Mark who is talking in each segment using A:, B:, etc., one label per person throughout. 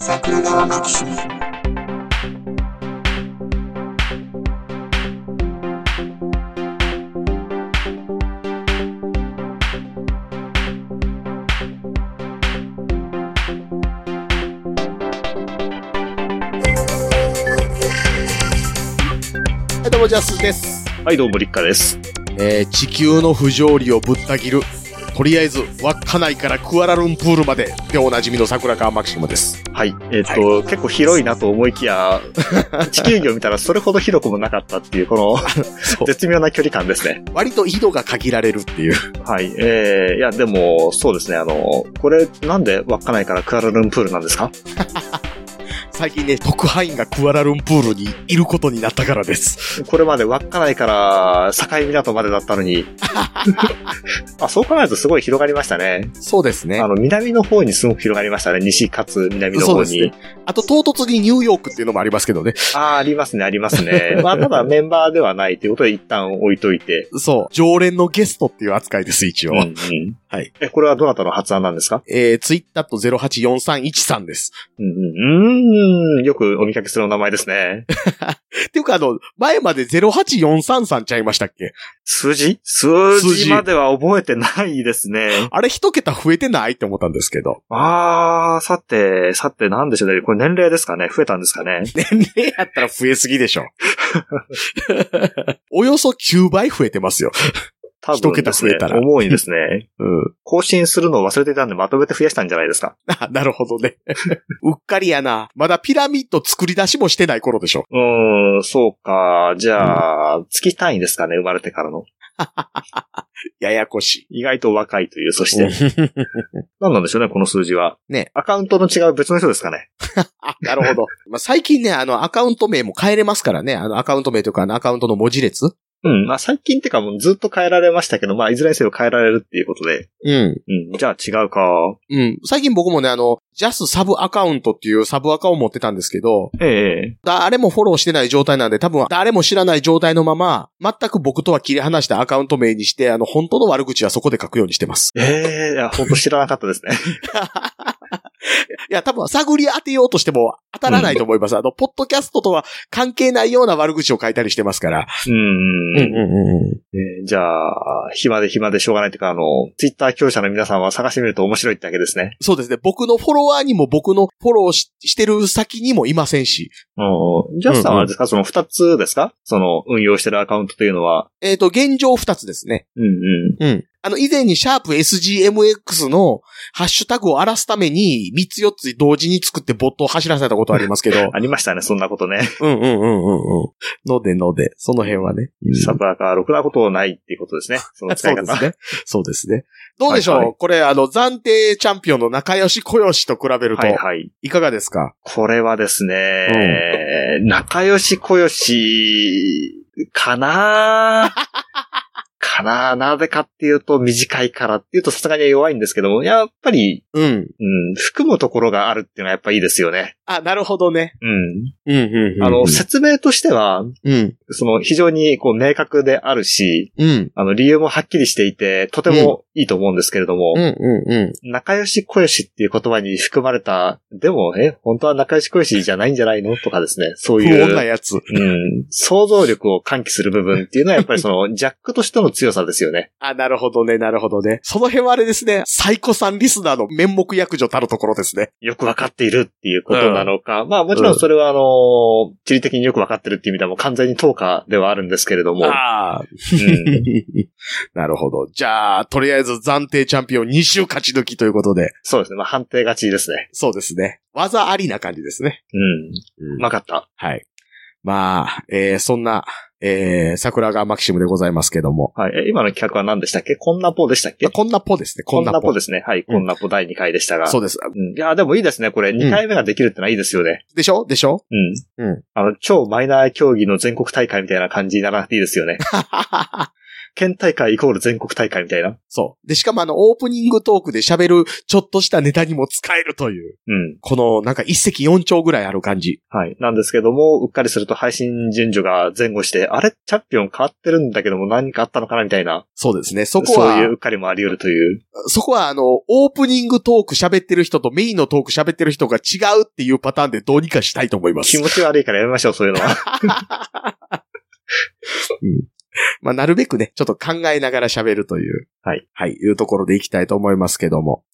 A: 桜川マキシム
B: はい、どうも、ジャスです。
C: はい、どうも、立花です。
B: えー、地球の不条理をぶった切る。とりあえず、稚内からクアラルンプールまででおなじみの桜川マキシムです。
C: はい。えっ、と、結構広いなと思い きや、地球儀を見たらそれほど広くもなかったっていう、こ
B: そ
C: の絶妙な距離感ですね。
B: 割と緯度が限られるっていう。
C: はい。えー、いや、でも、そうですね、あの、これ、なんで稚内からクアラルンプールなんですか
B: 最近ね、特派員がクアラルンプールにいることになったからです。
C: これまで稚内から境港までだった のに。あそう考えるとすごい広がりましたね。
B: そうですね
C: あの、南の方にすごく広がりましたね。西かつ南の
B: そう
C: 方
B: です
C: に。
B: ね。あと、唐突にニューヨークっていうのもありますけどね。
C: ああ、ありますね、ありま すね。まあ、ただメンバーではないということで一旦置いといて。
B: そう。常連のゲストっていう扱いです、一応。
C: うんうん
B: はい。
C: え、これはどなたの発案なんですか
B: えー、ツイッターと08431です。
C: うんうん、うーん、よくお見かけするお名前で すね。
B: っていうか、あの、前まで08433ちゃいましたっけ
C: 数字数
B: 数字
C: 字までは覚えてないですね。
B: あれ一桁増えてないって思ったんですけど。
C: あー、さて、さてなんでしょうね。これ年齢ですかね増えたんですかね
B: 年齢やったら増えすぎでしょ。 およそ9倍増えてますよ。
C: 多分、
B: 一桁増えたら
C: ですね重いですね。
B: うん。
C: 更新するのを忘れてたんでまとめて増やしたんじゃないですか。
B: あなるほどね。うっかりやな。まだピラミッド作り出しもしてない頃でしょ。
C: うーん、そうか。じゃあ、月単位ですかね生まれてからの。
B: ややこし
C: 意外と若いという、そし
B: い。
C: て。何なんでしょうね、この数字は。
B: ね。
C: アカウントの違う別の人ですかね。
B: あ、なるほど。まあ、最近ね、あの、アカウント名も変えれますからね。あの、アカウント名というか、あの、アカウントの文字列
C: うん。まあ最近ってかもうずっと変えられましたけど、まあいずれにせよ変えられるっていうことで。
B: うん。
C: うん。じゃあ違うか。
B: うん。最近僕もね、あの、ジャスサブアカウントっていうサブアカを持ってたんですけど、
C: ええ
B: 誰もフォローしてない状態なんで、多分誰も知らない状態のまま、全く僕とは切り離したアカウント名にして、あの、本当の悪口はそこで書くようにしてます。
C: ええいや、ほんと知らなかったですね。
B: いや、多分探り当てようとしても当たらないと思います。あの、ポッドキャストとは関係ないような悪口を書いたりしてますから。
C: うーん。ん
B: う
C: えーじゃあ、暇で暇でしょうがないというか、あの、ツイッター強者の皆さんは探してみると面白いってわけですね。
B: そうですね。僕のフォロワーにも僕のフォローししてる先にもいませんし。
C: うん。ジャスさんはあれですか、その二つですかその運用してるアカウントというのは。
B: えっ、と、現状二つですね。
C: うんうん。。
B: うん。あの、以前にシャープ SGMX のハッシュタグを荒らすために、3つ4つ同時に作ってボットを走らせたことありますけど
C: ありましたね、そんなことね。
B: うんうんうんうんうん。のでので、その辺はね。
C: サブアカはろくなことないっていうことですね。その使
B: そ
C: いう
B: で
C: 方。
B: すね。そうですね。どうでしょう、
C: はいは
B: これ、あの、暫定チャンピオンの仲良し小良しと比べると
C: は、いはい。
B: いかがですか、
C: これはですね、仲良し小良し、か なかななぜかっていうと、短いからっていうとさすがに弱いんですけども、やっぱり、
B: うん。
C: うん、含むところがあるっていうのはやっぱいいですよね。
B: あ、なるほどね。
C: うん。
B: うんう
C: あの、説明としては、
B: うん。
C: その、非常にこう明確であるし、
B: うん。
C: あの、理由もはっきりしていて、とてもいいと思うんですけれども、
B: うんうんうん。
C: 仲良し小良しっていう言葉に含まれた、でも、え、本当は仲良し小良しじゃないんじゃないのとかですね、そう
B: 不
C: いう。
B: 穏なやつ。
C: うん想像力を喚起する部分っていうのはやっぱり そのジャックとしての強さですよね。
B: あ、なるほどね、なるほどね。その辺はあれですね、サイコさんリスナーの面目役所たるところですね。
C: よくわかっているっていうことなのか。まあもちろんそれはあの、地理的によくわかってるっていう意味ではもう完全に投下ではあるんですけれども。
B: ああ。
C: うん
B: なるほど。じゃあ、とりあえず暫定チャンピオン2週勝ち抜きということで。
C: そうですね。まあ判定勝ちですね。
B: そうですね。技ありな感じですね。
C: うん。うまかった。
B: はい。まあ、えー、そんな、えー、桜川マキシムでございますけども。
C: はい。え今の企画は何でしたっけこんなポでしたっけ
B: まあこんなポですね、。
C: こんなポですすね。はい。
B: うん
C: こんなポ第2回でしたが。
B: そうです。
C: うんいや、でもいいですね。これ、2回目ができるってのはいいですよね。
B: でしょでしょ
C: うん。
B: うん
C: あの、超マイナー競技の全国大会みたいな感じにならなくていいですよね。県大会イコール全国大会みたいな。
B: そう。で、しかもあの、オープニングトークで喋る、ちょっとしたネタにも使えるという、
C: うん。
B: この、なんか一石四鳥ぐらいある感じ。
C: はい。なんですけども、うっかりすると配信順序が前後して、あれチャンピオン変わってるんだけども何かあったのかなみたいな。
B: そうですね。そ
C: そ
B: こは、
C: そういううっかりもあり得るという。
B: そこはあの、オープニングトーク喋ってる人とメインのトーク喋ってる人が違うっていうパターンでどうにかしたいと思いま
C: 気
B: す。
C: 持ち悪いからやめましょう、そういうのは。
B: まあ、なるべくね、ちょっと考えながら喋るという。
C: はい。
B: はい、いうところでいきたいと思いますけども。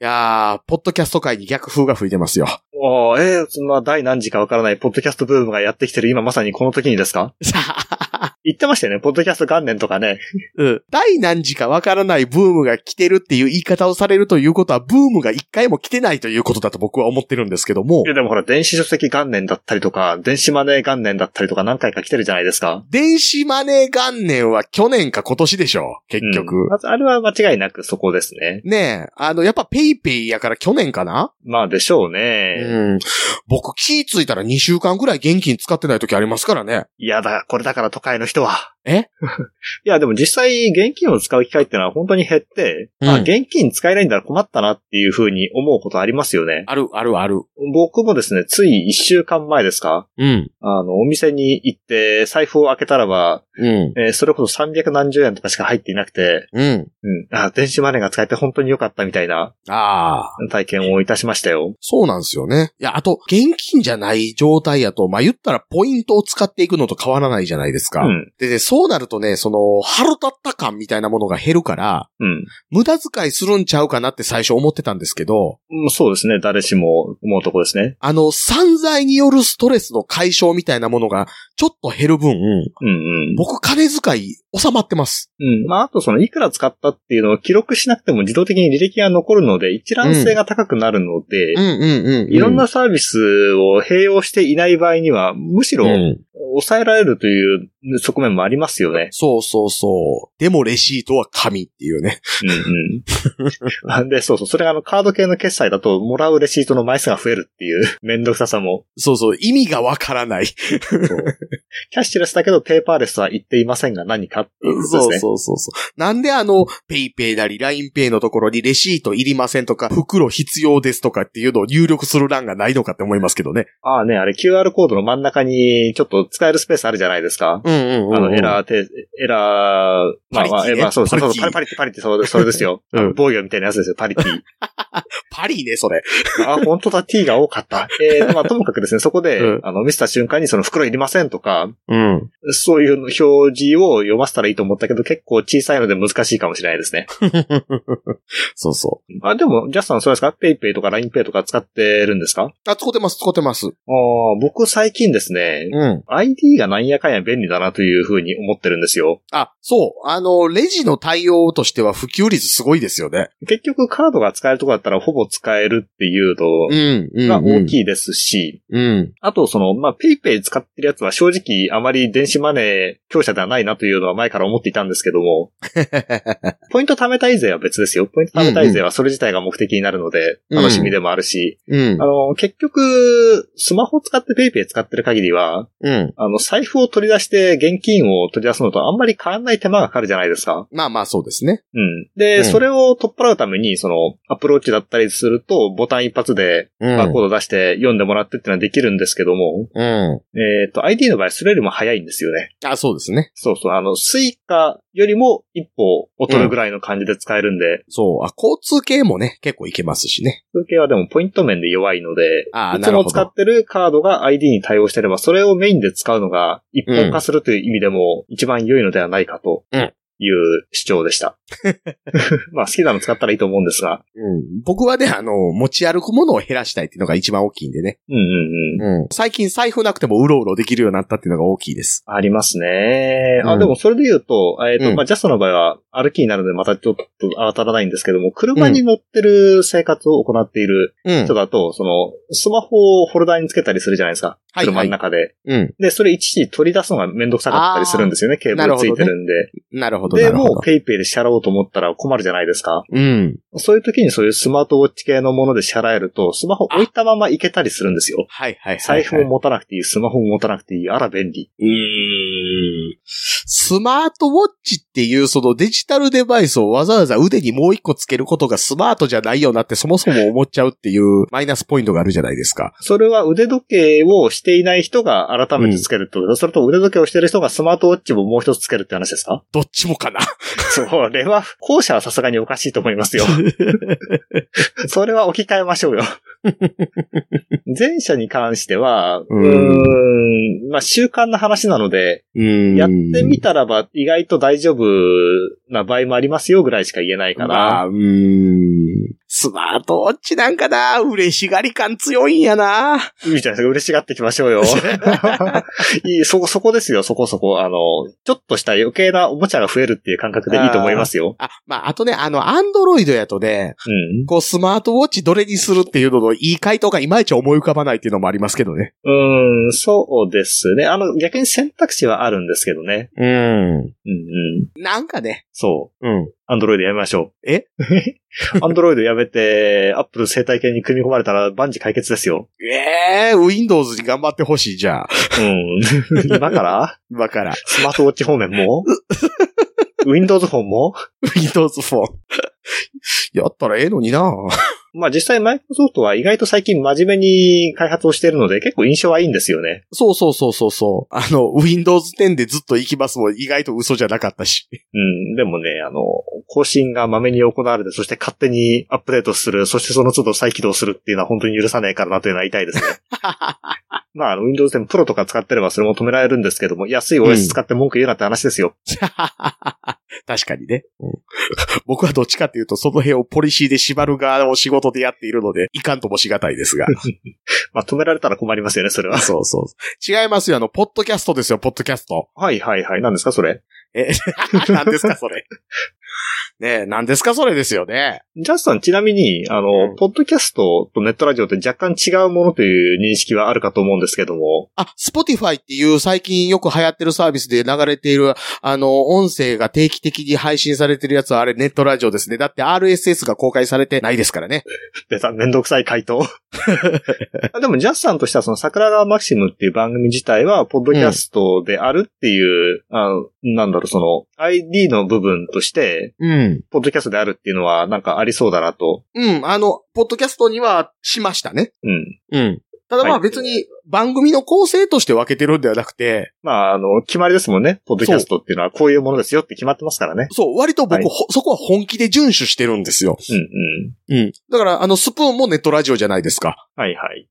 B: いやー、ポッドキャスト界に逆風が吹いてますよ。
C: おーえー、そんな第何時かわからないポッドキャストブームがやってきてる今まさにこの時にですか
B: さあ、
C: 言ってましたよね、ポッドキャスト元年とかね。
B: うん。第何時かわからないブームが来てるっていう言い方をされるということは、ブームが一回も来てないということだと僕は思ってるんですけども
C: いや、でもほら、電子書籍元年だったりとか、電子マネー元年だったりとか何回か来てるじゃないですか。
B: 電子マネー元年は去年か今年でしょ結局。
C: うんまずあれは間違いなくそこですね。
B: ねえ、あの、やっぱペイペイやから去年かな、
C: まあでしょうね。
B: うん。僕気ぃついたら2週間ぐらい現金使ってない時ありますからね。
C: いやだ、これだから都会の人は。
B: え
C: いや、でも実際、現金を使う機会ってのは本当に減って、
B: うん
C: あ、現金使えないんだら困ったなっていうふうに思うことありますよね。
B: ある、ある、ある。
C: 僕もですね、つい一週間前ですか
B: うん。
C: あの、お店に行って、財布を開けたらば、
B: うん。
C: えーそれこそ300何十円とかしか入っていなくて、
B: うん。
C: うん、あ、電子マネーが使えて本当に良かったみたいな
B: ああ。
C: 体験をいたしましたよ。
B: そうなんですよね。いや、あと、現金じゃない状態やと、まあ、言ったらポイントを使っていくのと変わらないじゃないです
C: う
B: か。
C: ん。
B: でね、そうなるとね、その、腹立った感みたいなものが減るから、
C: うん。
B: 無駄遣いするんちゃうかなって最初思ってたんですけど、
C: もうそうですね。誰しも思うとこですね。
B: あの、散財によるストレスの解消みたいなものが、ちょっと減る分、
C: うんうん。
B: 僕、金遣い、収まってます。
C: うん。まあ、あとその、いくら使ったっていうのを記録しなくても自動的に履歴が残るので、一覧性が高くなるので、
B: んうんう
C: いろんな、サービスを併用していない場合には、むしろ
B: うん
C: 抑えられるという側面もありますよね。
B: そうそうそう。でも、レシートは紙っていうね。
C: うんうん。 で、そうそう。それがあの、カード系の決済だと、もらうレシートの枚数が増えるっていう、めんどくささも。
B: そうそう、意味がわからない。
C: キャッシュレスだけど、ペーパーレスは言っていませんが、何かっていうことです
B: そ
C: ね。
B: うそうそうそう。なんであの、ペイペイなり、ラインペイのところにレシートいりませんとか、袋必要ですとかっていうのを入力する欄がないのかって思いますけどね。
C: ああね、あれ QR コードの真ん中に、ちょっと使えるスペースあるじゃないですか。
B: うんうん
C: あの、エ
B: ー。
C: ラーて、エラー、ま
B: パ
C: あま
B: リ
C: あ、
B: ティ
C: え
B: ね
C: まあ、そうそうそ
B: パ
C: う、
B: リティ
C: パリパリってパリって、 そうそれですよ。
B: うん
C: あの防御みたいなやつですよ、パリテ ィ。
B: パリね、それ。
C: あ、本当だ、T が多かった。えー、まあ、ともかく ですね、そこで、
B: うん
C: あの、見せた瞬間にその袋いりませんとか、
B: うん。
C: そういう表示を読ませたらいいと思ったけど、結構小さいので難しいかもしれないですね。
B: そうそう。
C: あ、でも、ジャスさんそうですかペイペイとか LINEPay とか使ってるんですか
B: あ、使ってます、使ってます。
C: ああ、僕最近ですね、
B: うん。
C: ID がなんやかんや便利だなというふうに思ってるんですよ。
B: あ、そう。あの、レジの対応としては普及率すごいですよね。
C: 結局カードが使えるとこだったらほぼ使えるっていうの
B: ん、う
C: が大
B: い。
C: きいですし、
B: うん。
C: あとその、まあ、ペイペイ使ってるやつは正直あまり電子マネー強者ではないなというのは前から思っていたんですけども、ポイント貯めたい税は別ですよ。ポイント貯めたい税はそれ自体が目的になるので、
B: うん
C: 楽しみでもあるし、
B: うん
C: あ。の、結局、スマホ使ってペイペイ使ってる限りは、
B: うん。
C: あの、財布を取り出して現金を取り出すのとあんまり変わんない手間がかかるじゃないですか。
B: まあまあ、そうですね。
C: うん。で、
B: うん
C: それを取っ払うために、その、アプローチだったりすると、ボタン一発で
B: う
C: バーコード出して読んでもらってっていうのはできるんですけども、
B: うん。
C: えっ、と、ID の場合、それよりも早いんですよね。
B: あ、そうですね。
C: そうそう。あの、スイカよりも一歩劣るぐらいの感じで使えるんで、
B: そう。あ、交通系もね、結構いけますしね。
C: 数系はでもポイント面で弱いので、
B: あー
C: いつ
B: なる
C: も
B: ほど
C: 使ってるカードが ID に対応してれば、それをメインで使うのが一本化するという意味でも一番良いのではないかと
B: うん
C: いう主張 でした。まあ、好きなの使ったらいいと思うんですが、
B: うん。僕はね、あの、持ち歩くものを減らしたいっていうのが一番大きいんでね。
C: うんうんうん。
B: うん。最近財布なくてもうろうろできるようになったっていうのが大きいです。
C: ありますね。あ、
B: うん
C: でもそれで言うと、えっ、と、
B: うん
C: まあ、ジャストの場合は歩きになるのでまたちょっと当たらないんですけども、車に乗ってる生活を行っている
B: うん
C: 人だと、その、スマホをフォルダーにつけたりするじゃないですか。
B: はいはい
C: 車の中で。
B: うん。
C: で、それ一時取り出すのがめんどくさかったりするんですよね。ケーブ
B: なる
C: ル
B: ほ
C: つ
B: どね
C: いてるんで。
B: なるほど、な
C: で、
B: るほ
C: もう
B: ど。
C: ペイペイで支払おうと思ったら困るじゃないですか。
B: うん。
C: そういう時にそういうスマートウォッチ系のもので支払えると、スマホ置いたまま行けたりするんですよ。
B: はいはいはい、はい。
C: 財布も持たなくていい、スマホも持たなくていい、あら便利。
B: うーん。
C: うん。
B: スマートウォッチっていうそのデジタルデバイスをわざわざ腕にもう一個つけることがスマートじゃないよなってそもそも思っちゃうっていうマイナスポイントがあるじゃないですか。
C: それは腕時計をしていない人が改めてつけるってこと、それと腕時計をしてる人がスマートウォッチももう一つつけるって話ですか
B: どっちもかな。
C: それは、後者はさすがにおかしいと思いますよ。 それは置き換えまし ょうよ。前者に関しては、うーん、まあ習慣の話なので、
B: うん
C: やってみたらば意外と大丈夫な場合もありますよぐらいしか言えないから。
B: まあ、うーん。スマートウォッチなんかな、嬉しがり感強いんやな。
C: いいじゃないですか。嬉しがっていきましょ うよ。いい、そこ、そこですよ。そこそこ。あの、ちょっとした余計なおもちゃが増えるっていう感覚でいいと思いますよ。
B: あ、まあ、あとね、あの、アンドロイドやとね、
C: うん。
B: こう、スマートウォッチどれにするっていうののいい回答がいまいち思い浮かばないっていうのもありますけどね。
C: うーん、そうですね。あの、逆に選択肢はあるんですけどね。
B: うん。
C: うんうん。
B: なんかね、
C: そう。
B: うん。
C: アンドロイドやめましょう。
B: え
C: アンドロイドやめて、アップル生態系に組み込まれたら万事解決ですよ。
B: ええー、Windows に頑張ってほしいじゃあ。
C: うん。今から
B: 今から。
C: スマートウォッチ方 面も ?Windows フォンも
B: Windows フォン。やったらええのにな
C: まあ実際マイクロソフトは意外と最近真面目に開発をしているので結構印象はいいんですよね。
B: そうそうそうそうそう。あの、Windows 10でずっと行きますもん。意外と嘘じゃなかったし。
C: うん。でもね、あの、更新がまめに行われて、そして勝手にアップデートする、そしてその都度再起動するっていうのは本当に許さないからなというのは痛いですね。 まああの、Windows 10 Pro とか使ってればそれも止められるんですけども、安い OS 使って文句言うなって話ですよ。
B: 確かにね。僕はどっちかっていうと、その辺をポリシーで縛る側を仕事でやっているので、いかんともしがたいですが。
C: まあ止められたら困りますよね、それは。
B: そうそう。違いますよ。あの、ポッドキャストですよ、ポッドキャスト。
C: はいはいはい。何ですか、それ。
B: 何ですか、それ。ねえ、何ですか、それですよね。
C: ジャスさん、ちなみに、あの、
B: うん
C: ポッドキャストとネットラジオって若干違うものという認識はあるかと思うんですけども、
B: あ、Spotify っていう最近よく流行ってるサービスで流れている、あの、音声が定期的に配信されてるやつはあれネットラジオですね。だって RSS が公開されてないですからね。
C: 出た、めんどくさい回答。あでも、ジャスさんとしては、その、桜川マキシムっていう番組自体は、ポッドキャストであるっていう、あのなんだろう、その、ID の部分として、
B: うん。
C: ポッドキャストであるっていうのは、なんかありそうだなと。
B: うん、あの、ポッドキャストにはしましたね。
C: うん。
B: うん。ただま
C: は
B: あ
C: い
B: 別に番組の構成として分けてるんではなくて、
C: まあ、あの、決まりですもんね。ポッドキャストっていうのは、こういうものですよって決まってますからね。
B: そう、割と僕、
C: はい
B: ほそこは本気で遵守してるんですよ。
C: うんうん。
B: うん。だから、あの、スプーンもネットラジオじゃないですか。
C: はいはい。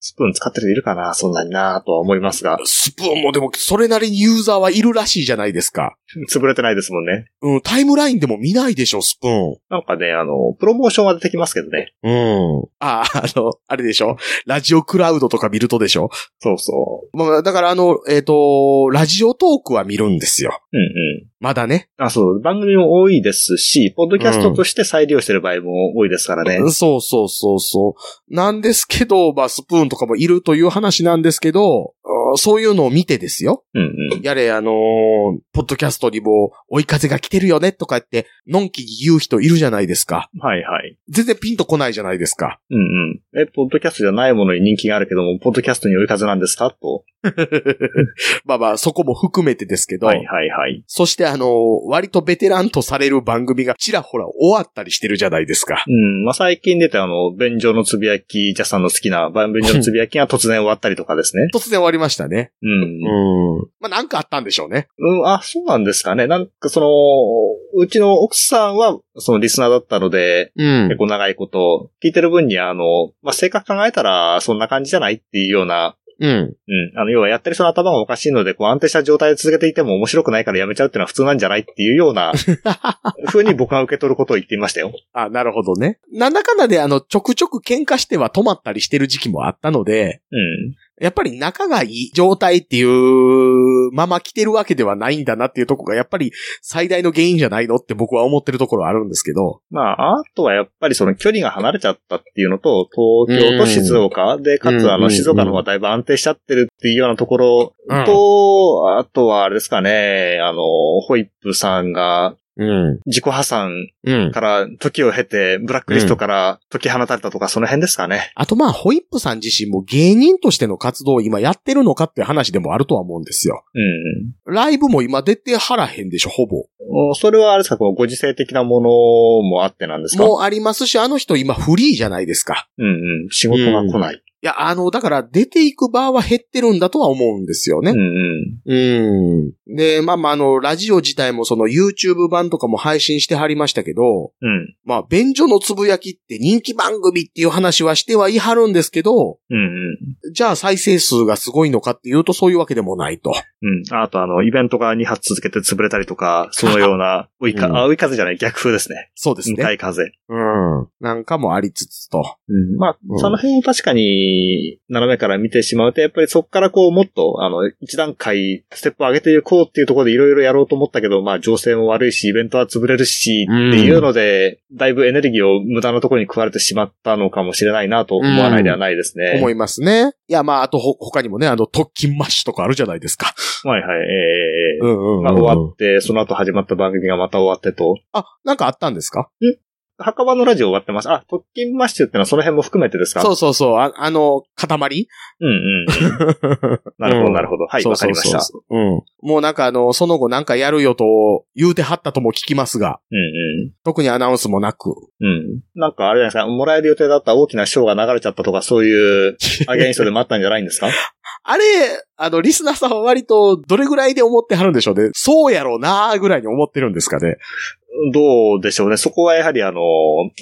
C: スプーン使ってる人いるかなそんなになとは思います が、
B: スプーンもでも、それなりにユーザーはいるらしいじゃないですか。
C: 潰れてないですもんね。
B: うん、タイムラインでも見ないでしょ、スプーン。
C: なんかね、あの、プロモーションは出てきますけどね。
B: うん。あ、あの、あれでしょラジオクラウドとか見るとでしょ
C: そうそ
B: まあ、だからあの、えっ、と、ラジオトークは見るんですよ。
C: う。うんう
B: まだね。
C: ん。あ、そう、番組も多いですし、ポッドキャストとして再利用してる場合も多いですからね。
B: そうそうそうそう。なんですけど、まあ、スプーンとかもいるという話なんですけど、あーそういうのを見てですよ。
C: うんうん。
B: やれ、あのーポッドキャストにも追い風が来てるよねとかって、のんきに言う人いるじゃないですか。
C: はいはい。
B: 全然ピンとこないじゃないですか。
C: うんうん。え、ポッドキャストじゃないものに人気があるけども、ポッドキャストに追い風なんですかと。
B: まあまあ、そこも含めてですけど、
C: はいはいはい。
B: そしてあのー割とベテランとされる番組がちらほら終わったりしてるじゃないですか。。
C: うん。まあ、最近出たあの、便所のつぶやき、ジャスさんの好きな、便所のつぶやきが突然終わったりとかですね
B: 突然終わりましたね。
C: うん。
B: うん。まあなんかあったんでしょうね。
C: うん、あ、そうなんですかね。なんかその、うちの奥さんは、そのリスナーだったので、
B: うん
C: 結構長いこと、聞いてる分には、あの、まあ、性格考えたら、そんな感じじゃないっていうような、
B: うん。
C: うん、あの、要はやってる人の頭がおかしいので、こう安定した状態で続けていても面白くないからやめちゃうっていうのは普通なんじゃないっていうよう な、風に僕が受け取ることを言っていましたよ。
B: あ、なるほどね。なんだかんだであの、ちょくちょく喧嘩しては止まったりしてる時期もあったので、
C: うん。
B: やっぱり仲がいい状態っていうまま来てるわけではないんだなっていうところがやっぱり最大の原因じゃないのって僕は思ってるところはあるんですけど。
C: まあ、あとはやっぱりその距離が離れちゃったっていうのと、東京と静岡で、かつ
B: う
C: あ
B: んうんう
C: の
B: ん
C: 静岡の方がだいぶ安定しちゃってるっていうようなところ
B: うん
C: と、あとはあれですかね、あの、ホイップさんが、
B: うん。
C: 自己破産
B: うん。
C: から時を経て、ブラックリストから解き放たれたとか、その辺ですかね。
B: あとまあ、ホイップさん自身も芸人としての活動を今やってるのかっていう話でもあるとは思うんですよ。
C: うん。
B: ライブも今出てはらへんでしょ、ほぼ。
C: おそれはあれですか、こうご時世的なものもあってなんですか
B: もうありますし、あの人今フリーじゃないですか。
C: うんうん。仕事が来ない。
B: いや、あの、だから出ていく場は減ってるんだとは思うんですよね
C: う。んうん。
B: うん。で、まあまあ、あの、ラジオ自体もその YouTube 版とかも配信してはりましたけど、
C: うん。
B: まあ、便所のつぶやきって人気番組っていう話はしてはいはるんですけど、
C: うんうん。
B: じゃあ再生数がすごいのかっていうとそういうわけでもないと。
C: うん。あとあの、イベントが2発続けて潰れたりとか、そのような、追い か、
B: うん
C: あ、追い風じゃない、逆風ですね。
B: そうです
C: 向
B: ね
C: か。い風。
B: うん。なんかもありつつと。
C: うん。まあ、
B: うん
C: その辺を確かに、斜めから見てしまうと、やっぱりそこからこう、もっと、あの、一段階、ステップを上げていこうっていうところでいろいろやろうと思ったけど、まあ、情勢も悪いし、イベントは潰れるし、
B: うん
C: っていうので、だいぶエネルギーを無駄なところに食われてしまったのかもしれないなと思わないではないですね。
B: 思いますね。いや、まあ、あとほ、他にもね、あの、特勤マッシュとかあるじゃないですか。
C: はいはい、ええ
B: うんうんうんうん
C: まあ、終わって、その後始まった番組がまた終わってと、
B: あ、なんかあったんですか
C: 墓場のラジオ終わってます。あ、特勤マッシュってのはその辺も含めてですか。
B: そううそうそう。ああの、 塊
C: うんうん。なるほど、なるほど。はい、
B: そう
C: わ
B: そ
C: か
B: う
C: りました。
B: そうそううん。もうなんかあの、その後なんかやるよと言うてはったとも聞きますが、
C: うんう
B: 特にアナウンスもなく。
C: ん。うん。なんかあれじゃないですか、もらえる予定だった大きな賞が流れちゃったとか、そう いうアゲインストでもあったんじゃないんですか
B: あれ、あの、リスナーさんは割とどれぐらいで思ってはるんでしょうね。そうやろうなーぐらいに思ってるんですかね。
C: どうでしょうね。そこはやはりあの、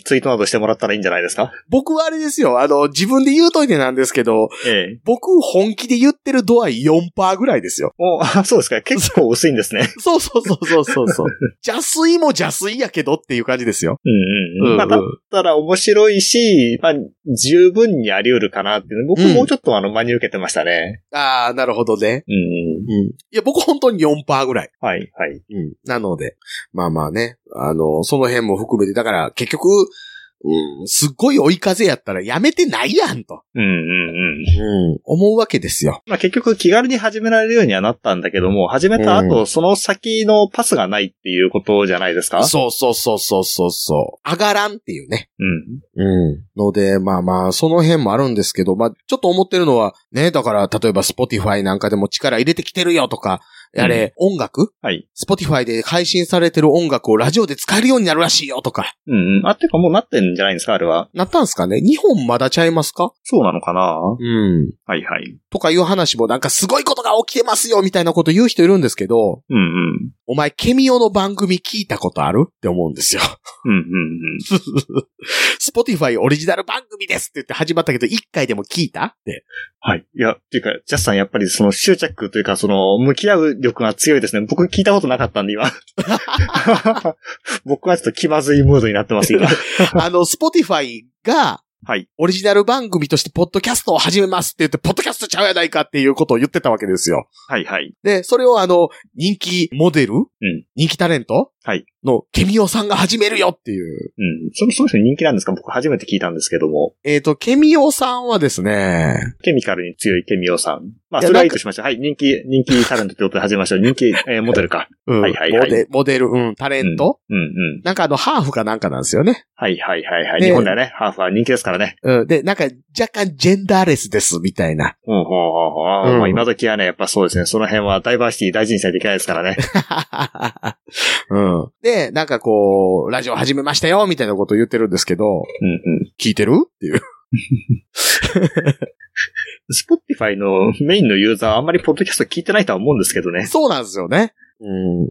C: ツイートなどしてもらったらいいんじゃないですか
B: 僕はあれですよ。あの、自分で言うといてなんですけど、
C: ええ。
B: 僕本気で言ってる度合い4%ぐらいですよ。
C: おあそうですか。結構薄いんですね。
B: そうそうそうそうそうそう。 邪水も邪水やけどっていう感じですよ。
C: うんうんうん。まあ、だっ
B: う
C: たら面白いし、まあ、十分にあり得るかなっていうの。僕
B: うん
C: もうちょっとあの、真に受けてましたね。
B: んああ、なるほどね。
C: うんうん。
B: いや、僕本当に4%ぐらい。
C: はい、はい。
B: なので、まあまあね、あの、その辺も含めて、だから結局、うん、すっごい追い風やったらやめてないやんと、
C: うんうんうん。
B: 思うわけですよ。
C: まあ結局気軽に始められるようにはなったんだけども、始めた後、
B: う
C: その先のパスがないっていうことじゃないですか
B: そうそうそうそうそうそう。上がらんっていうね。
C: うん。
B: うん。ので、まあまあ、その辺もあるんですけど、まあ、ちょっと思ってるのは、ね、だから、例えば Spotify なんかでも力入れてきてるよとか、あれ、音楽
C: はい。
B: Spotify で配信されてる音楽をラジオで使えるようになるらしいよとか、
C: うんうん。あ、てかもうなってんじゃないんですかあれは。
B: なったんすかね日本まだちゃいますか
C: そうなのかなは
B: うん。
C: いはい。
B: とかいう話もなんかすごいことが起きてますよみたいなこと言う人いるんですけど、
C: うんうん。
B: お前、ケミオの番組聞いたことあるって思うんですよ。
C: うんうん
B: スポティファイオリジナル番組ですって言って始まったけど、一回でも聞いたって。
C: はい。いや、っていうか、ジャスさんやっぱりその執着というか、その、向き合う力が強いですね。僕聞いたことなかったんで、今。 僕はちょっと気まずいムードになってます、 今。
B: あの、スポティファイが、
C: はい。
B: オリジナル番組としてポッドキャストを始めますって言って、ポッドキャストちゃうやないかっていうことを言ってたわけですよ。
C: はいはい。
B: で、それをあの、人気モデル、
C: ん
B: 人気タレント
C: はい
B: の、ケミオさんが始めるよっていう。
C: うん。その、その人人気なんですか僕初めて聞いたんですけども。
B: えっ、と、ケミオさんはですね、
C: ケミカルに強いケミオさん。まあ、
B: いや
C: それはいいとしましょう。はい、人気、人気タレントってことで始めましょう。人気、えーモデルか。
B: うん
C: はいはいはい
B: モデモデル、うん、タレント、
C: うんうん。
B: なんかあの、ハーフかなんかなんですよね。
C: はいはいはいはい。
B: ね
C: 日本ではね、ハーフは人気ですからね。
B: うん、で、なんか、若干ジェンダーレスです、みたいな。
C: うん、ほうほうほう
B: うん
C: まあ、今時はね、やっぱそうですね。その辺はダイバーシティ大事にしないといけないですからね。
B: うん、で、なんかこう、ラジオ始めましたよ、みたいなことを言ってるんですけど、
C: うんうん。
B: 聞いてるっていう。
C: スポッティファイのメインのユーザーはあんまりポッドキャスト聞いてないとは思うんですけど ね。
B: そうなんですよね。うん。い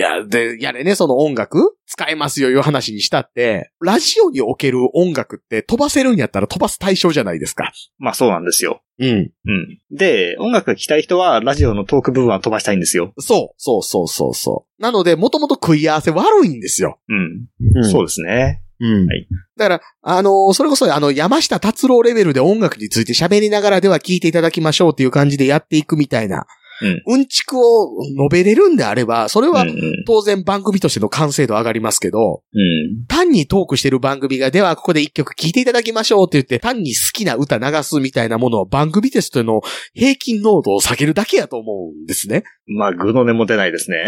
B: や、で、やれね、その音楽使えますよ、いう話にしたって、ラジオにおける音楽って飛ばせるんやったら飛ばす対象じゃないですか。
C: まあ、そうなんですよ。
B: うん。
C: うん。で、音楽が聞きたい人は、ラジオのトーク部分は飛ばしたいんですよ。
B: そう、そうそうそうそう。なので、もともと食い合わせ悪いんですよ。
C: うん。
B: う
C: そうですね。
B: うん
C: はい
B: だから、あのーそれこそ、あの、山下達郎レベルで音楽について喋りながらでは聞いていただきましょうっていう感じでやっていくみたいな
C: うん
B: うんちくを述べれるんであれば、それ
C: う
B: は
C: んうん
B: 当然番組としての完成度上がりますけど、
C: うん。
B: 単にトークしてる番組が、ではここで一曲聴いていただきましょうって言って、単に好きな歌流すみたいなものは番組としての平均濃度を下げるだけやと思うんですね。
C: まあ、具の根も出ないですね。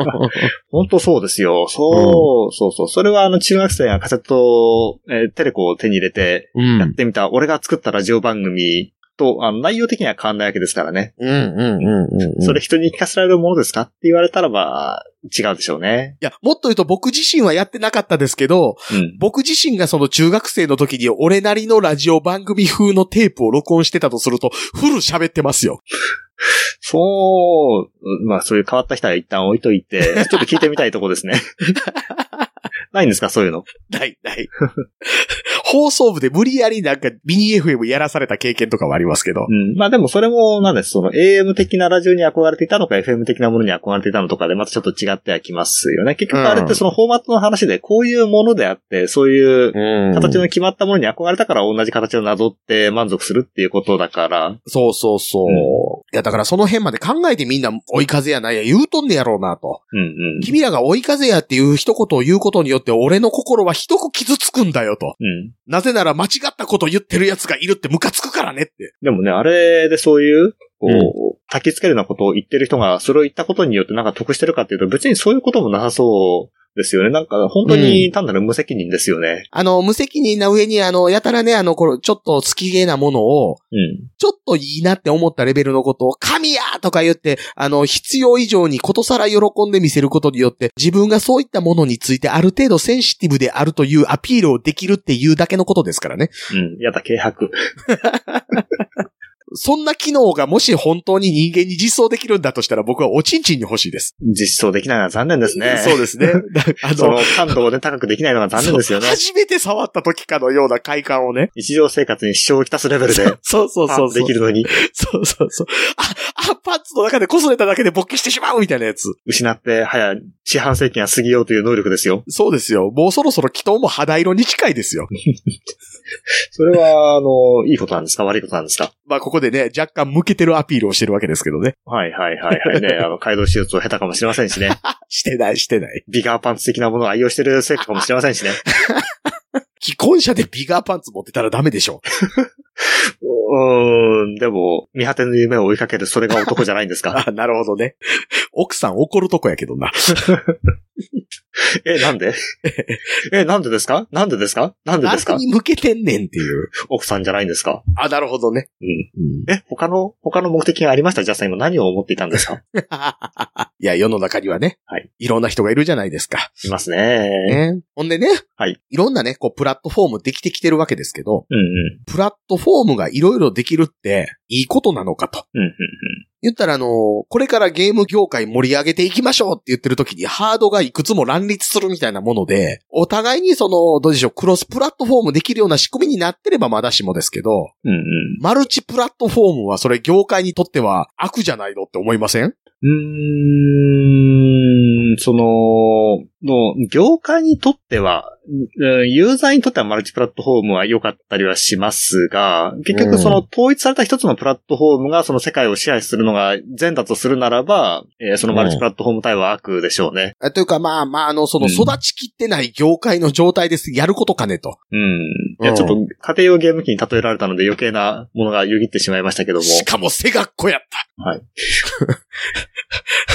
C: 本当そうですよ。そう、そうそう。それはあの中学生がカセット、えーテレコを手に入れて
B: う
C: やっ
B: ん。
C: てみた、俺が作ったラジオ番組と、あの内容的には変わんないわけですからね。
B: うんうんうんうんうん。
C: それ人に聞かせられるものですかって言われたらば、違うでしょうね。
B: いや、もっと言うと僕自身はやってなかったですけど、
C: うん。
B: 僕自身がその中学生の時に俺なりのラジオ番組風のテープを録音してたとすると、フル喋ってますよ。
C: そう、まあそういう変わった人は一旦置いとい て、ちょっと聞いてみたいとこです ね。ないんですかそういうの。
B: ない、ない。放送部で無理やりなんかミニ FM やらされた経験とかはありますけど
C: う。ん。まあでもそれも、なんです、その AM 的なラジオに憧れていたのか FM 的なものに憧れていたのとかでまたちょっと違ってはきますよね。結局あれってそのフォーマットの話で、こういうものであって、そういう形の決まったものに憧れたから同じ形をなぞって満足するっていうことだから。
B: そうそうそう。
C: うん
B: いや、だからその辺まで考えてみんな追い風やないや言うとんねやろうなと。
C: うんうん。
B: 君らが追い風やっていう一言を言うことによって俺の心はひどく傷つくんだよと。
C: うん。
B: なぜなら間違ったこと言ってる奴がいるってムカつくからねって。
C: でもね、あれでそういう、こう、
B: うん
C: 焚きつけるようなことを言ってる人が、それを言ったことによってなんか得してるかっていうと、別にそういうこともなさそうですよね。なんか、本当に単なる無責任ですよね。
B: あの、無責任な上に、あの、やたらね、あの、これ、ちょっと好きげなものを、
C: うん。
B: ちょっといいなって思ったレベルのことを、神やとか言って、あの、必要以上にことさら喜んで見せることによって、自分がそういったものについてある程度センシティブであるというアピールをできるっていうだけのことですからね。
C: うん。やだ、軽薄。
B: そんな機能がもし本当に人間に実装できるんだとしたら、僕はおちんちんに欲しいです。
C: 実装できないのは残念ですね。
B: そうです ね。あ
C: その感度をね、高くできないのが残念ですよ ね
B: そう。初めて触った時かのような快感をね。
C: 日常生活に支障をきたすレベルで、
B: そうそうそうそう。
C: あできるのに、
B: そうそうそう。あ、あ、パンツの中でこすれただけで勃起してしまうみたいなやつ。
C: 失って、早、四半世紀が過ぎようという能力ですよ。
B: そうですよ。もうそろそろ祈祷も肌色に近いですよ。
C: それは、あの、いいことなんですか悪いことなんですか
B: まあここでね、若干向けてるアピールをしてるわけですけどね。
C: はいはいはいはいね。あの、街道手術を下手かもしれませんしね。
B: してないしてない。
C: ビガーパンツ的なものを愛用してるせいかもしれませんしね。
B: 既婚者でビガーパンツ持ってたらダメでしょ。
C: うーん、でも、見果ての夢を追いかけるそれが男じゃないんですか
B: あ、なるほどね。奥さん怒るとこやけどな。
C: え、なんでえ、なんでですかなんでですかなんでです
B: 何
C: か
B: に向けてんねんって いう。
C: 奥さんじゃないんですか
B: あ、なるほどね。
C: うん。
B: うん。
C: え、他の、他の目的がありましたじゃあさん今何を思っていたんですか
B: いや、世の中にはね、
C: はい、
B: いろんな人がいるじゃないですか。
C: いますね。
B: ね。ほんでね、
C: はい、
B: いろんなね、こう、プラットフォームできてきてるわけですけど、
C: うんうん。
B: プラットフォームがいろいろできるって、いいことなのかと。
C: うんうん
B: 言ったら、あの、これからゲーム業界盛り上げていきましょうって言ってる時に、ハードがいくつも乱立するみたいなもので、お互いにその、どうでしょう、クロスプラットフォームできるような仕組みになってればまだしもですけど、
C: うん。うんうん。
B: マルチプラットフォームはそれ業界にとっては悪じゃないのって思いません
C: うーん、その、の、業界にとっては、うんユーザーにとってはマルチプラットフォームは良かったりはしますが、結
B: うん
C: 局その統一された一つのプラットフォームがその世界を支配するのが善だとするならば、えーそのマルチプラットフォーム対応は悪でしょうね。
B: えというか、まあまあ、あの、その
C: うん
B: 育ちきってない業界の状態です。やることかねと。
C: うん。いや
B: うん
C: ちょっと家庭用ゲーム機に例えられたので余計なものがよぎってしまいましたけども。
B: しかも背がっこやった。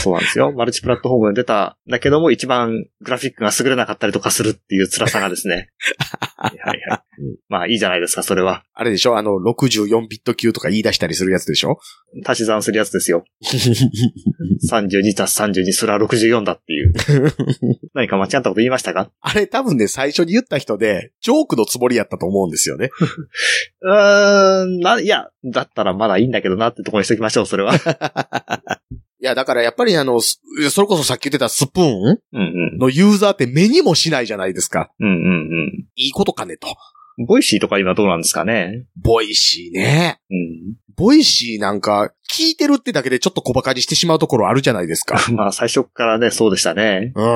C: そうなんですよ。マルチプラットフォームに出た、だけども一番グラフィックが優れなかったりとかするっていう辛さがですね。はいはいはい。まあいいじゃないですか、それは。
B: あれでしょあの、64ビット級とか言い出したりするやつでしょ
C: 足し算するやつですよ。32たす32、それは64だっていう。何か間違ったこと言いましたか
B: あれ多分ね、最初に言った人で、ジョークのつもりやったと思うんですよね。
C: うーん、な、いや、だったらまだいいんだけどなってところにしときましょう、それは。
B: いや、だからやっぱりあの、すそれこそさっき言ってたスプーン
C: うんうん。
B: のユーザーって目にもしないじゃないですか。
C: うんうん
B: いいことかねと。
C: うん。ボイシーとか今どうなんですかね
B: ボイシーね。
C: うん。
B: ボイシーなんか、聞いてるってだけでちょっと小馬鹿にしてしまうところあるじゃないですか。
C: まあ最初からね、そうでしたね。
B: うん。い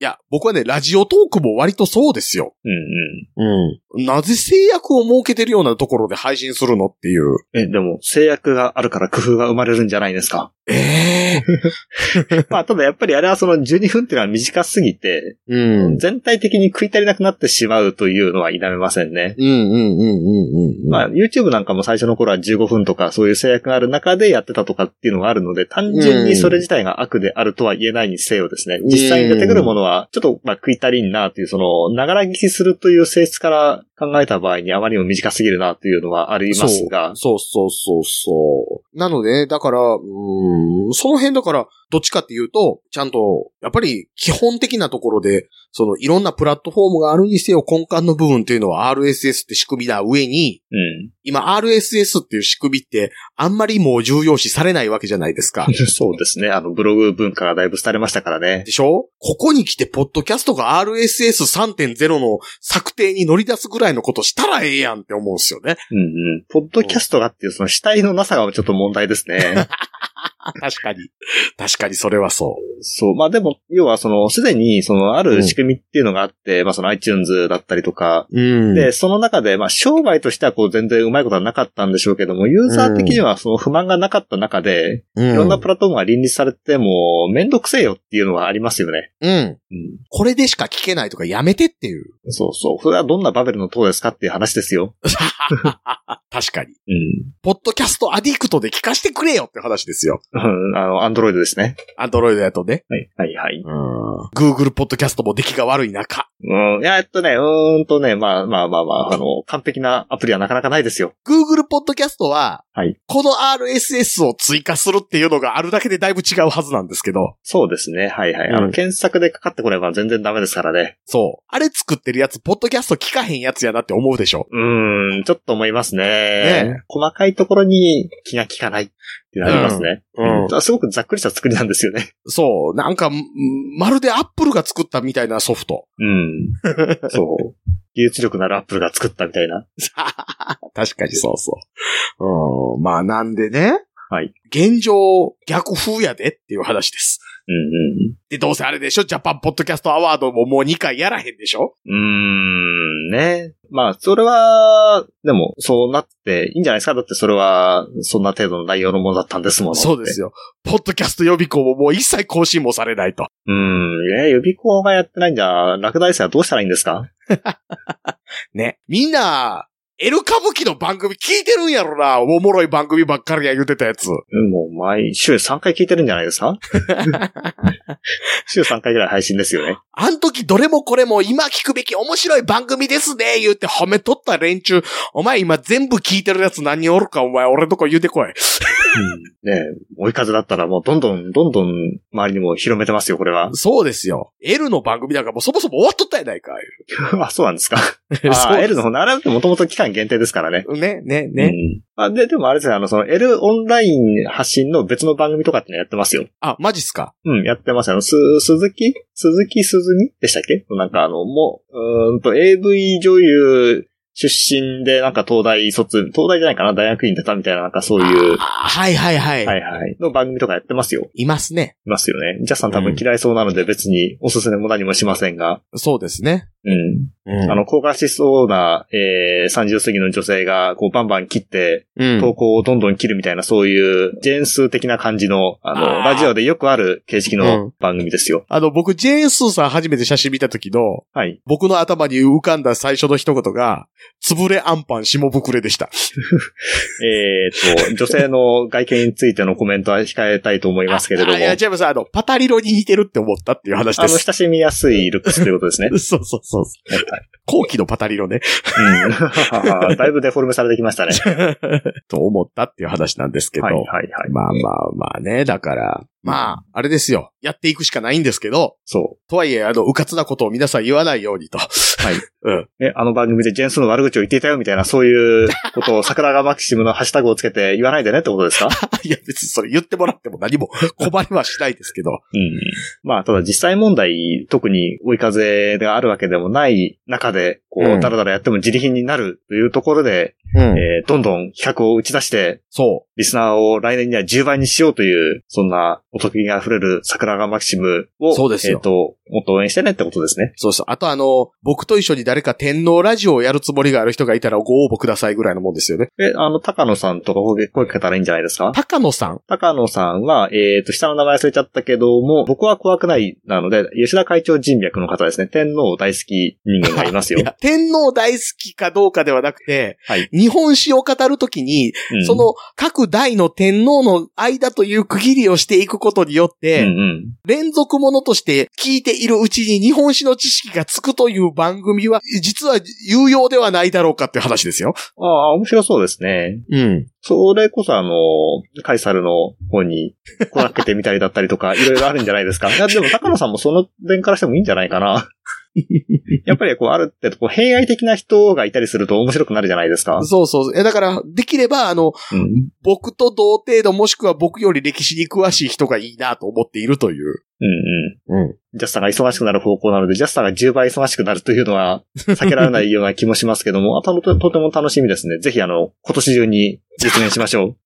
B: や、僕はね、ラジオトークも割とそうですよ。
C: うん
B: うん。なぜ制約を設けてるようなところで配信するのっていう。
C: うん。え、でも制約があるから工夫が生まれるんじゃないですか
B: ええ
C: まあ、ただやっぱりあれはその12分っていうのは短すぎて、
B: うん。
C: 全体的に食い足りなくなってしまうというのは否めませんね。
B: うんうんうんうんうん。
C: まあ、YouTube なんかも最初の頃は15分とかそういう制約がある中でやってたとかっていうのがあるので、単純にそれ自体が悪であるとは言えないにせよですね。実際に出てくるものは、ちょっとまあ食い足りんなという、その、ながら聞きするという性質から考えた場合にあまりにも短すぎるなというのはありますが、
B: そうそうそうそうそう。なのでね、だから、うーん、その辺だから、どっちかっていうと、ちゃんと、やっぱり基本的なところで、そのいろんなプラットフォームがあるにせよ根幹の部分っていうのは RSS って仕組みな上に、
C: うん。
B: 今 RSS っていう仕組みってあんまりもう重要視されないわけじゃないですか。
C: そうですね。あの、ブログ文化がだいぶ廃れましたからね。
B: でしょここに来て、ポッドキャストが RSS3.0 の策定に乗り出すぐらいのことしたらええやんって思うんですよね。
C: うんうん。ポッドキャストがっていうその主体のなさがちょっと問題です ね。
B: 確かに。 確かにそれはそう。
C: そう。まあでも、要はその、すでに、その、ある仕組みっていうのがあって、まあその iTunes だったりとか、
B: うん
C: で、その中で、まあ、商売としてはこう全然うまいことはなかったんでしょうけども、ユーザー的にはその不満がなかった中で、いろんなプラットフォームが倫理されても、めんどくせえよっていうのはありますよね。
B: うん。
C: うん。
B: これでしか聞けないとかやめてっていう。
C: そうそう。それはどんなバベルの塔ですかっていう話ですよ。
B: 確かに。
C: うん。
B: ポッドキャストアディクトで聞かしてくれよって話ですよ。
C: うんあの、アンドロイドですね。
B: アンドロイドやとね。
C: はい、はい、はい。
B: うん。Google ポッドキャストも出来が悪い中。
C: うん。いや、えっとね、うーんとね、まあまあまあまあ、あの、完璧なアプリはなかなかないですよ。
B: Google ポッドキャストは、
C: はい
B: この RSS を追加するっていうのがあるだけでだいぶ違うはずなんですけど。
C: そうですね。はいはい。あ
B: う
C: の、
B: ん
C: 検索でかかってこれば全然ダメですからね。
B: そう。あれ作ってるやつ、ポッドキャスト聞かへんやつやなって思うでしょ。
C: うーん、ちょっと思いますね。
B: ねえ
C: 細かいところに気が利かないってなりますね。
B: う
C: うんすごくざっくりした作りなんですよね。
B: そう。なんか、んまるで Apple が作ったみたいなソフト。
C: うん。そう。技術力のあるアップルが作ったみたいな。
B: 確かにそうそう。うん、まあなんでね。
C: はい。
B: 現状、逆風やでっていう話です。
C: うんうん。
B: で、どうせあれでしょジャパンポッドキャストアワードももう2回やらへんでしょ
C: うーん、ね。まあ、それは、でも、そうなっていいんじゃないですかだってそれは、そんな程度の内容のものだったんですもの。
B: そうですよ。ポッドキャスト予備校ももう一切更新もされないと。
C: うん。え、予備校がやってないんじゃ、落第生はどうしたらいいんですか
B: ね。みんな、エル歌舞伎の番組聞いてるんやろな。おもろい番組ばっかりや言うてたやつ。
C: うんもう毎週3回聞いてるんじゃないですか週3回ぐらい配信ですよね。
B: あん時どれもこれも今聞くべき面白い番組ですね、言うて褒めとった連中。お前今全部聞いてるやつ何人おるかお前俺のとこ言うてこい。。
C: ねえ追い風だったらもうどんどん、どんどん周りにも広めてますよ、これは
B: そうですよ。L の番組なんかもうそもそも終わっとったやないか。
C: あ、 そうなんですか。
B: 言う
C: あ L の
B: そ
C: 方、あれってもともと期間限定ですからね。
B: うですね、ね、ね。
C: うんあで、でもあれですね、あの、その L オンライン発信の別の番組とかってのやってますよ。
B: あ、マジっすか。
C: うん、やってます。あの、す、鈴木鈴木鈴美でしたっけなんかあの、もう、うーんと、AV 女優出身で、なんか東大卒、東大じゃないかな、大学院出たみたいな、なんかそういう、
B: あはいはいはい。、
C: はいいはい、の番組とかやってますよ。
B: いますね。
C: いますよね。ジャスさん多分嫌いそうなので別におすすめも何もしませんが、
B: そうですね。
C: うん。
B: うん
C: あ、の、高架しそうな、えー、30過ぎの女性が、こう、バンバン切って、
B: うん
C: 投稿をどんどん切るみたいな、そういう、ジェーンスー的な感じの、あの、
B: あー
C: ラジオでよくある形式
B: う
C: の
B: ん
C: 番組ですよ。
B: あの、僕、ジェーンスーさん初めて写真見た時の、
C: はい。
B: 僕の頭に浮かんだ最初の一言が、つぶれあんぱん下ぶくれでした。
C: えー、と、女性の外見についてのコメントは控えたいと思いますけれども、
B: あいや、
C: あ
B: 違います。あの、パタリロに似てるって思ったっていう話で
C: の、
B: す。。
C: 親しみやすいルックスということですね
B: そうそうそう。後期のパタリロね。
C: うん。だいぶデフォルメされてきましたね。
B: と思ったっていう話なんですけど。
C: はいはいはい。
B: まあまあまあね、だから。まあ、あれですよ。やっていくしかないんですけど、
C: そ
B: とはいえ、あの、うかつなことを皆さん言わないようにと。 はい。うん。
C: う。え、あの番組でジェーンスーの悪口を言っていたよみたいな、そういうことを桜川マキシムのハッシュタグをつけて言わないでねってことですか
B: いや、別にそれ言ってもらっても何も 困りはしないですけど。
C: うん。まあ、ただ実際問題、特に追い風があるわけでもない中で、こ
B: うん
C: う、だらだらやっても自利品になるというところで、
B: うん。
C: えーどんどん企画を打ち出して、
B: そ
C: リスナーを来年には10倍にしようという、そんなお得意が溢れる桜川マキシムを、
B: そうですよ
C: えっ、と、もっと応援してねってことですね
B: う。。そうそう。あとあの、僕と一緒に誰か天皇ラジオをやるつもりがある人がいたらご応募くださいぐらいのもんですよね。
C: え、あの、高野さんとか声声かけたらいいんじゃないですか
B: 高野さん。
C: 高野さんは、えっ、と、下の名前忘れちゃったけども、僕は怖くないなので、吉田会長人脈の方ですね。天皇大好き人間がいます
B: い
C: よ。
B: や、天皇大好きかどうかではなくて、
C: はい
B: 日本史を語るときに、
C: うん
B: そ、の各代の天皇の間という区切りをしていくことによっ
C: うん
B: て、
C: うん。
B: 連続ものとして聞いているうちに日本史の知識がつくという番組は、実は有用ではないだろうかっていう話ですよ。
C: ああ、面白そうですね。
B: うん。
C: それこそあの、カイサルの方にこらけてみたりだったりとか、いろいろあるんじゃないです か。いや、でも高野さんもその点からしてもいいんじゃないかな。やっぱりこう、ある程度、こう、偏愛的な人がいたりすると面白くなるじゃないですか。
B: そうそう。えだから、できれば、あの、
C: うん。
B: 僕と同程度もしくは僕より歴史に詳しい人がいいなと思っているという。
C: うんうん。
B: うん。
C: ジャスターが忙しくなる方向なので、ジャスターが10倍忙しくなるというのは避けられないような気もしますけども、 あとのととても楽しみですね。ぜひあの、今年中に実現しましょ う。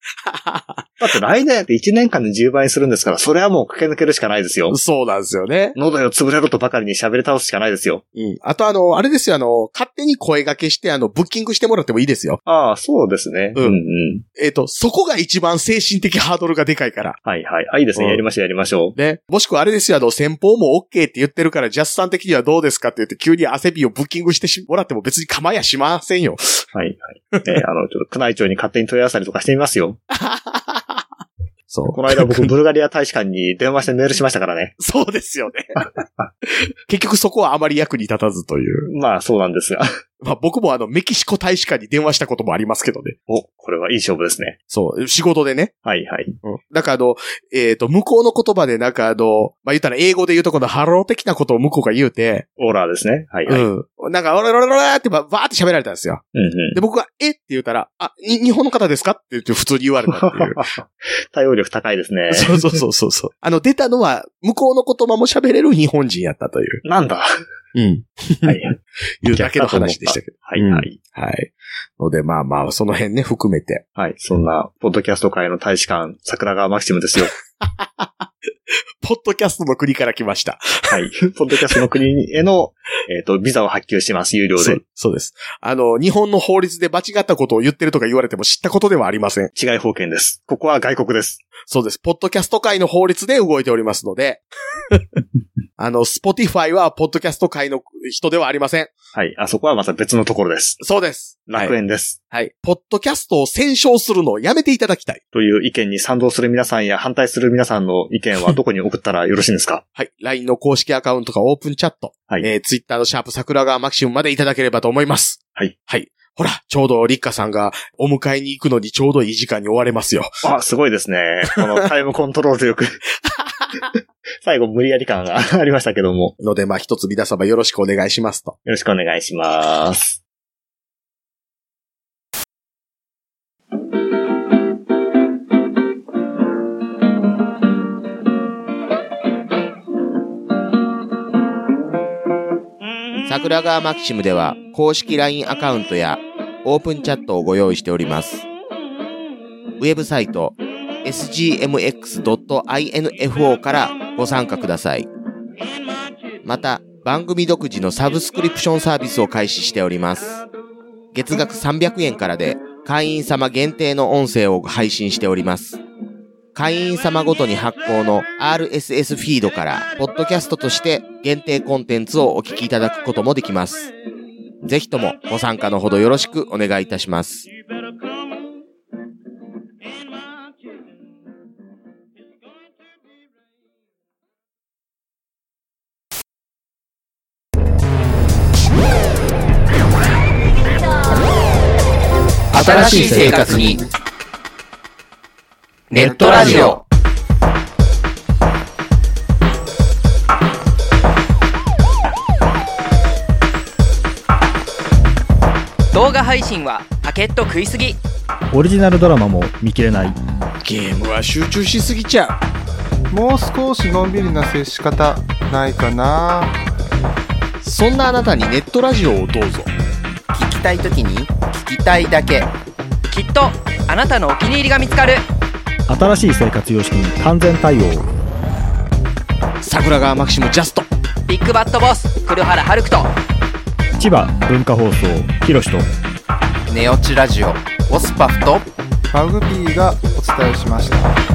C: だって来年って1年間で10倍にするんですから、それはもう駆け抜けるしかないですよ。
B: そうなんですよね。
C: 喉よ潰れろとばかりに喋り倒すしかないですよ。
B: うん。あと、あの、あれですよ、あの、勝手に声掛けして、あの、ブッキングしてもらってもいいですよ。
C: ああ、そうですね。
B: うん
C: うん。
B: えっ、と、そこが一番精神的ハードルがでかいから。
C: はいはい。あ、いいです
B: う
C: ね。
B: ん
C: やりましょう、やりましょ
B: ね。もしくはあれですよ、あの、先方も OK って言ってるから、ジャスさん的にはどうですかって言って、急に汗びをブッキングしてしもらっても別に構いやしませんよ。
C: う。はいはい。 えーあの、ちょっと宮内庁に勝手に問い合わせたりとかしてみますよ。
B: そう
C: この間 僕、ブルガリア大使館に電話してメールしましたからね。
B: そうですよね。 結局そこはあまり役に立たずという。
C: まあ、そうなんですが。
B: まあ僕もあの、メキシコ大使館に電話したこともありますけどね。
C: お、これはいい勝負ですね。
B: そう、仕事でね。
C: はいはい。
B: なんかあの、えっ、と、向こうの言葉でなんかあの、まあ言ったら英語で言うとこのハロー的なことを向こうが言うて、
C: オーラーですね。はいはい。うん
B: うん。なんか、オラオラオラオラってば、ばーって喋られたんですよ。
C: うん。
B: で、僕が、えって言ったら、あ、に、日本の方ですかって言って普通に言われたっていう。
C: 対応力高いですね。
B: そうそうそうそうそう。あの、出たのは、向こうの言葉も喋れる日本人やったという。
C: なん だ。は
B: うん。
C: い。
B: いうだけの話でしたけど。
C: はいはい。
B: はい。ので、まあまあ、その辺ね、含めて。
C: はい。そんな、ポッドキャスト界の大使館、桜川マキシムですよ。
B: ポッドキャストの国から来ました。
C: はい。 ポッドキャストの国への、えっ、と、ビザを発給します。有料
B: そ
C: で。
B: うそうです。あの、日本の法律で間違ったことを言ってるとか言われても知ったことではありません。
C: 違い保険です。ここは外国です。
B: そうです。ポッドキャスト界の法律で動いておりますの で。あの、スポティファイは、ポッドキャスト界の人ではありません。
C: はい。あそこはまた別のところです。
B: そうです。
C: 楽園です。
B: はい。ポッドキャストを宣称するのをやめていただきたい。
C: という意見に賛同する皆さんや反対する皆さんの意見はどこに送ったらよろしいんですか
B: はい。LINE の公式アカウントかオープンチャット。
C: はい
B: えー、Twitter のシャープ桜川マキシムまでいただければと思います。
C: はい。
B: はい。ほら、ちょうどリッカさんがお迎えに行くのにちょうどいい時間に終われますよ。
C: あ、 すごいですね。このタイムコントロール力。最後無理やり感がありましたけども。
B: ので、まあ、一つ皆様よろしくお願いしますと。
C: よろしくお願いします。
B: 桜川マキシムでは公式 LINE アカウントやオープンチャットをご用意しております。ウェブサイト sgmx.info からご参加ください。また番組独自のサブスクリプションサービスを開始しております。月額300円からで会員様限定の音声を配信しております。会員様ごとに発行の RSS フィードから、ポッドキャストとして限定コンテンツをお聞きいただくこともできます。ぜひともご参加のほどよろしくお願いいたします。
A: 新しい生活に。ネットラジオ。
D: 動画配信はパケット食いすぎ
E: オリジナルドラマも見切れない
B: ゲームは集中しすぎちゃ
F: もう少しのんびりな接し方ないかな
B: う。そんなあなたにネットラジオをどうぞ。
D: 聞きたい時に
G: 聞きたいだけ
D: きっとあなたのお気に入りが見つかる
E: 新しい生活様式に完全対応
B: 桜川マキシムジャスト
D: ビッグバットボス黒原遥人
E: 千葉文化放送ひろしと
G: ネオチラジオオスパフと
F: マグピーがお伝えしました。